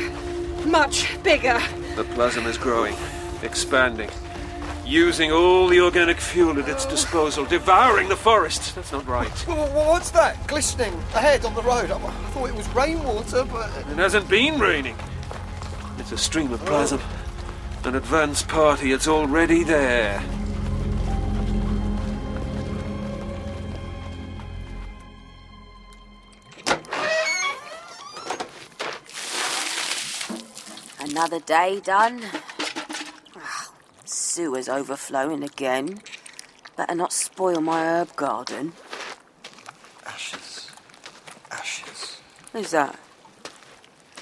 E: Much bigger.
D: The plasma is growing, expanding using all the organic fuel at its disposal, devouring the forest. That's not right.
G: Wha- wha- What's that? Glistening ahead on the road. I I thought it was rainwater, but.
D: It hasn't been raining. It's a stream of plasm. An advance party, it's already there.
H: Another day done. Ah, Sewer's overflowing again. Better not spoil my herb garden.
K: Ashes. Ashes.
H: Who's that?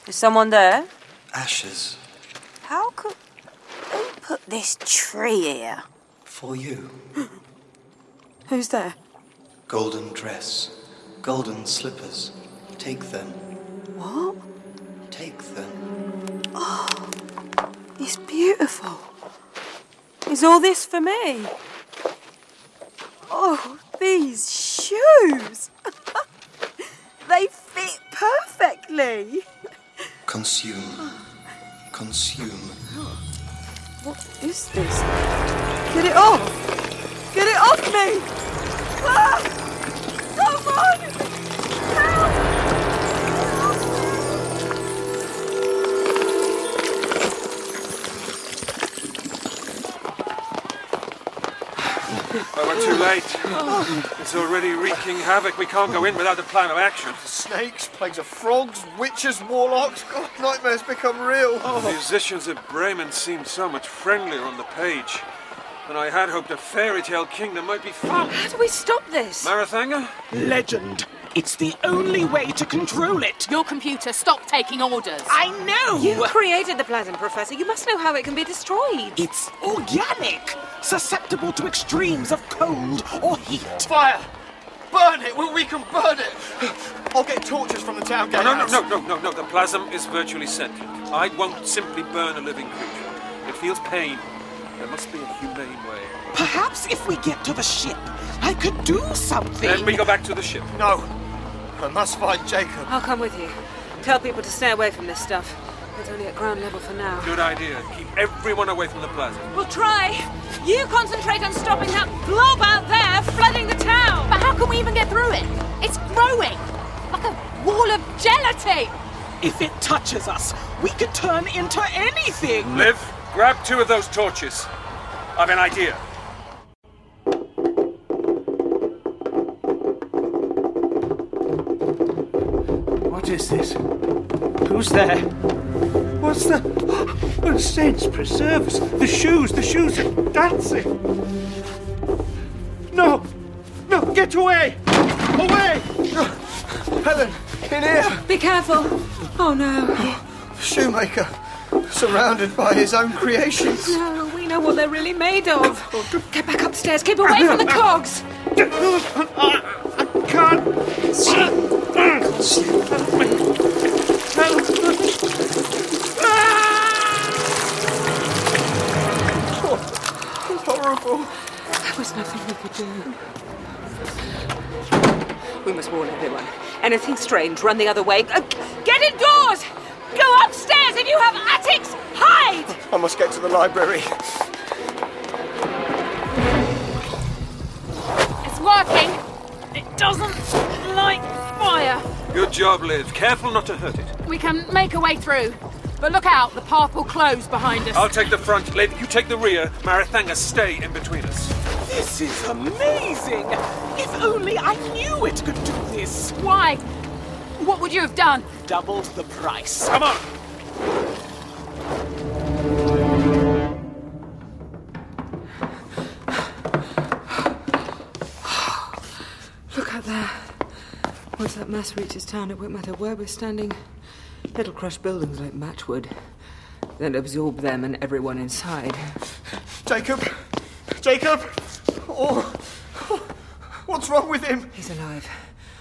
H: Is someone there?
K: Ashes
H: How could. Who put this tree here?
K: for you.
H: Who's there?
K: Golden dress. Golden slippers. Take them.
H: What?
K: Take them.
H: Oh, it's beautiful. Is all this for me? Oh, these shoes! [laughs] they fit perfectly!
K: Consume. Consume.
H: What is this? Get it off! Get it off me! Ah! Someone!
D: Well, Oh, we're too late. It's already wreaking havoc. We can't go in without a plan of action.
G: Snakes, plagues of frogs, witches, warlocks. God, nightmares become real. Oh,
D: The musicians of Bremen seemed so much friendlier on the page. And I had hoped a fairy tale kingdom might be fun.
E: How do we stop this?
D: Marathanga?
F: Legend. It's the only way to control it.
B: Your computer, stop taking orders.
F: I know!
E: You created the plasm, Professor. You must know how it can be destroyed.
F: It's organic, susceptible to extremes of cold or heat. Fire!
G: Burn it! Will we can burn it! I'll get torches from the town
D: No,
G: gatehouse.
D: no, no, no, no, no, no. The plasm is virtually sentient. I won't simply burn a living creature. It feels pain. There must be a humane way.
F: Perhaps if we get to the ship, I could do something.
D: Then we go back to the ship.
G: No. I must find Jacob.
E: I'll come with you. Tell people to stay away from this stuff. It's only at ground level for now.
D: Good idea. Keep everyone away from the plasma.
E: We'll try. You concentrate on stopping that blob out there flooding the town.
B: But how can we even get through it? It's growing like a wall of gelatin.
F: If it touches us, we could turn into anything.
D: Liv, grab two of those torches. I've an idea.
O: What is this? Who's there? What's the. [gasps] Oh, saints preserve us! The shoes, the shoes are dancing! No! No, get away! Away! [sighs]
G: Helen, in here!
E: Be careful. Oh
O: [sighs]
E: no.
G: Shoemaker, surrounded by his own creations.
E: No, we know what they're really made of. Get back upstairs. Keep away from the cogs.
G: Horrible.
E: There was nothing we could do. We must warn everyone. Anything strange, run the other way. Uh, Get indoors!
P: Go upstairs if you have attics! Hide!
G: I must get to the library.
P: It's working. It doesn't like fire.
D: Good job, Liv. Careful not to hurt it.
P: We can make a way through. But look out, the path will close behind us.
D: I'll take the front, Liv. You take the rear. Marathanga, stay in between us.
F: This is amazing! If only I knew it could do this!
P: Why? What would you have done?
F: Doubled the price.
D: Come on!
E: Look out there. Once that mass reaches town, it won't matter where we're standing. It'll crush buildings like matchwood, then absorb them and everyone inside.
G: Jacob! Jacob! Oh, what's wrong with him?
E: He's alive,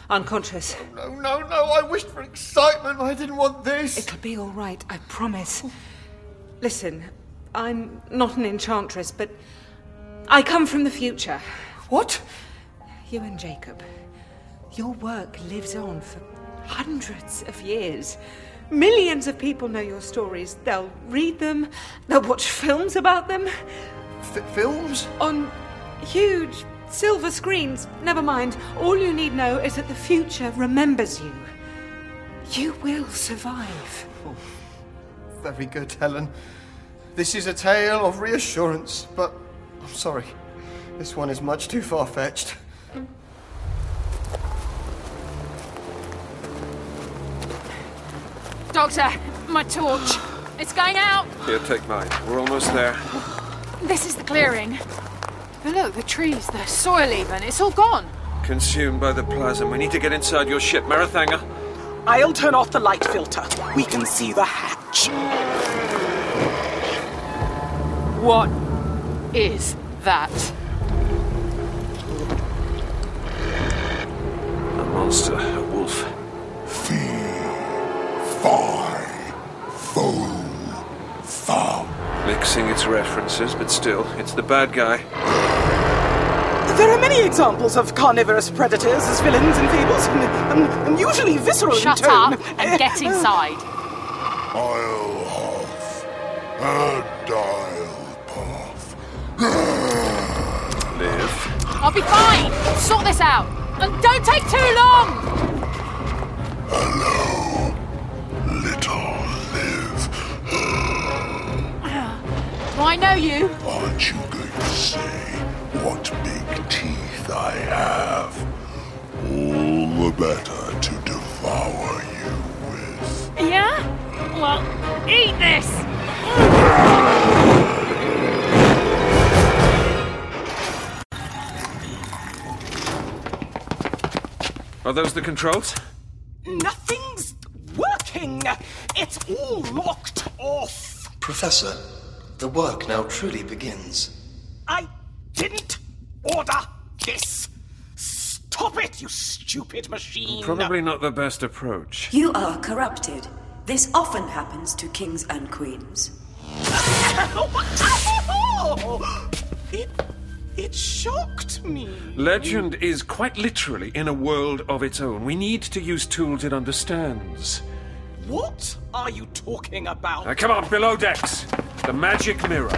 E: unconscious.
G: No, no, no. I wished for excitement. I didn't want this.
E: It'll be all right, I promise. Listen, I'm not an enchantress, but I come from the future.
G: What?
E: You and Jacob, your work lives on for hundreds of years. Millions of people know your stories. They'll read them, they'll watch films about them.
G: F- films?
E: On huge silver screens. Never mind. All you need know is that the future remembers you. You will survive.
G: Very good, Helen. This is a tale of reassurance, but I'm sorry. This one is much too far fetched.
P: Doctor, my torch. It's going out.
D: Here, take mine. We're almost there.
P: This is the clearing. But look, the trees, the soil even, it's all gone.
D: Consumed by the plasm. We need to get inside your ship, Marathanga.
F: I'll turn off the light filter. We can see the hatch.
P: What is that?
D: A monster, a wolf. Mixing its references, but still, it's the bad guy.
F: There are many examples of carnivorous predators as villains in fables, and, and, and usually visceral
P: Shut
F: in tone.
P: up and
E: [laughs]
P: get inside.
O: I'll huff and I'll puff.
D: Liv.
P: I'll be fine. Sort this out. And don't take too long. Do I know you?
O: Aren't you going to say what big teeth I have? All the better to devour you.
P: Yeah? Well, eat this.
D: Are those the controls?
F: Nothing's working. It's all locked off. [laughs]
K: Professor, the work now truly begins.
F: I didn't order this. Stop it, you stupid machine.
D: Probably not the best approach.
H: You are corrupted. This often happens to kings and queens.
F: Oh, it, it shocked me.
D: Legend is quite literally in a world of its own. We need to use tools it understands.
F: What are you talking about?
D: Now, come on, below decks! The magic mirror.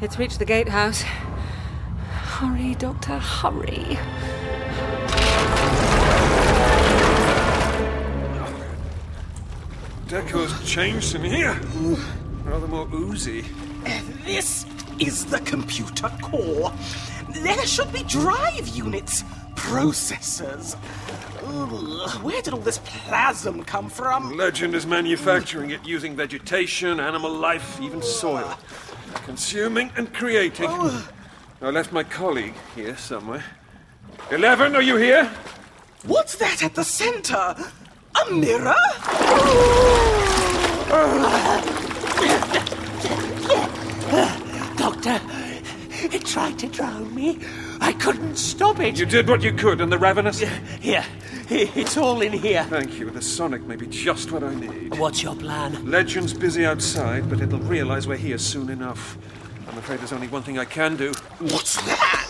E: It's reached the gatehouse. Hurry, Doctor, hurry.
D: Deco's changed in here. Rather more oozy.
F: This is the computer core. There should be drive units, processors. Ugh, where did all this plasm come from?
D: Legend is manufacturing it using vegetation, animal life, even soil. Consuming and creating. I left my colleague here somewhere. Eleven, are you here?
F: What's that at the center? A mirror?
R: Doctor, it tried to drown me. I couldn't stop it.
D: You did what you could, and the ravenous?
R: Here,
D: It's all in here. Thank you. The sonic may be just what I need. What's your plan? Legend's busy outside, but it'll realize we're here soon enough. I'm afraid there's only one thing I can do. What's that?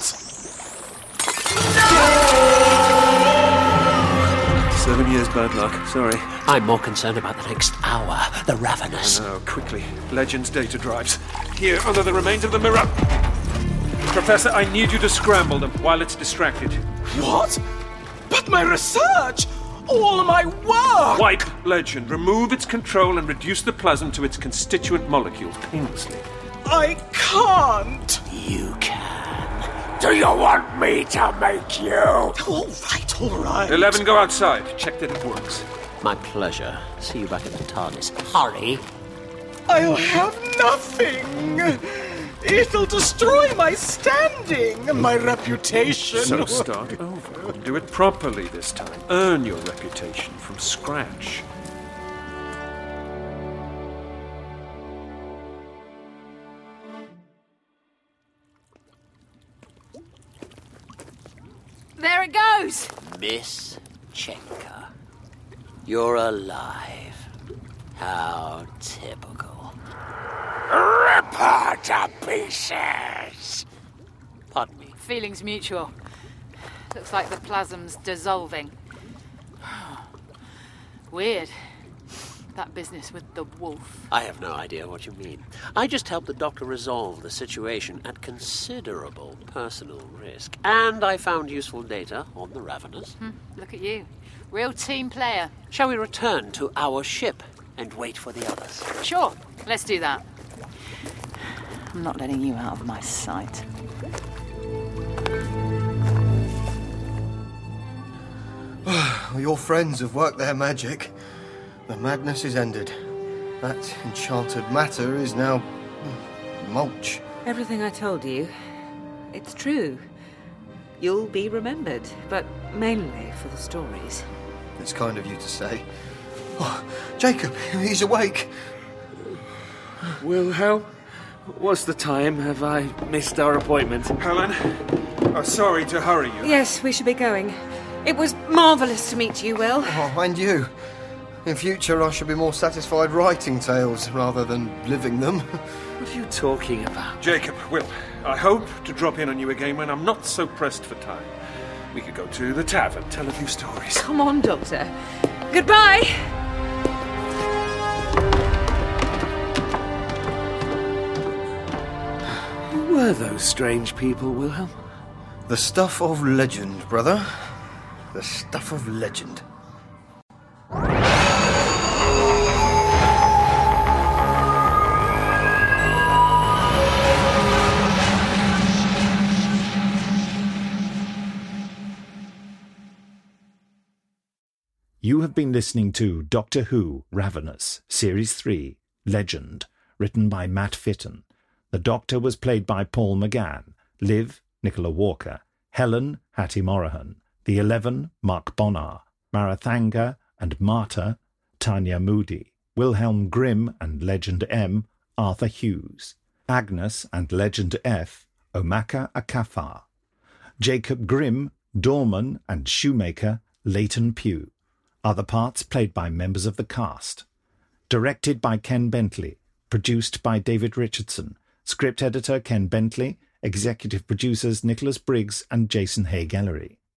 D: Seven years bad luck. Sorry.
C: I'm more concerned about the next hour. The ravenous.
D: No, Oh, quickly. Legend's data drives. Here, under the remains of the mirror. Professor, I need you to scramble them while it's distracted.
F: What? But my research! All my work!
D: Wipe Legend. Remove its control and reduce the plasm to its constituent molecules painlessly.
F: I can't!
C: You
F: can.
D: Do you want me
C: to make you?
F: All right, all right.
D: Eleven, go outside. Check that it works.
C: My pleasure. See you back at the TARDIS. Hurry.
F: I'll have nothing! It'll destroy my standing and my reputation.
D: So start over. Do it properly this time. Earn your reputation from scratch.
P: There it goes.
C: Miss Chenka, you're alive. How typical. Rip her to pieces! Pardon me.
P: Feelings mutual. Looks like the plasm's dissolving. [sighs] Weird. That business with the wolf.
C: I have no idea what you mean. I just helped the doctor resolve the situation at considerable personal risk, and I found useful data on the Ravenous.
P: Hmm, look at you. Real team player.
C: Shall we return to our ship and wait for the others?
P: Sure, let's do that. I'm not letting you out of my sight.
G: [sighs] Your friends have worked their magic. The madness is ended. That enchanted matter is now mm, mulch.
E: Everything I told you, it's true. You'll be remembered, but mainly for the stories.
G: It's kind of you to say. Oh, Jacob, he's awake.
I: Wilhelm, what's the time? Have I missed our appointment?
D: Helen, oh, sorry to hurry you.
E: Yes, we should be going. It was marvellous to meet you, Will.
G: [laughs] Oh, and you. In future, I should be more satisfied writing tales rather than living them. [laughs]
I: What are you talking about?
D: Jacob, Will, I hope to drop in on you again when I'm not so pressed for time. We could go to the tavern, tell a few stories.
E: Come on, Doctor. Goodbye.
I: Who were those strange people, Wilhelm?
G: The stuff of legend, brother. The stuff of legend.
A: You have been listening to Doctor Who Ravenous, Series 3, Legend, written by Matt Fitton. The Doctor was played by Paul McGann, Liv, Nicola Walker, Helen, Hattie Morahan, The Eleven, Mark Bonar, Marathanga and Marta, Tanya Moody, Wilhelm Grimm and Legend M, Arthur Hughes, Agnes and Legend F, Omaka Akafar, Jacob Grimm, Dorman and Shoemaker, Leighton Pugh. Other parts played by members of the cast. Directed by Ken Bentley. Produced by David Richardson. Script editor Ken Bentley. Executive producers Nicholas Briggs and Jason Hay Gallery.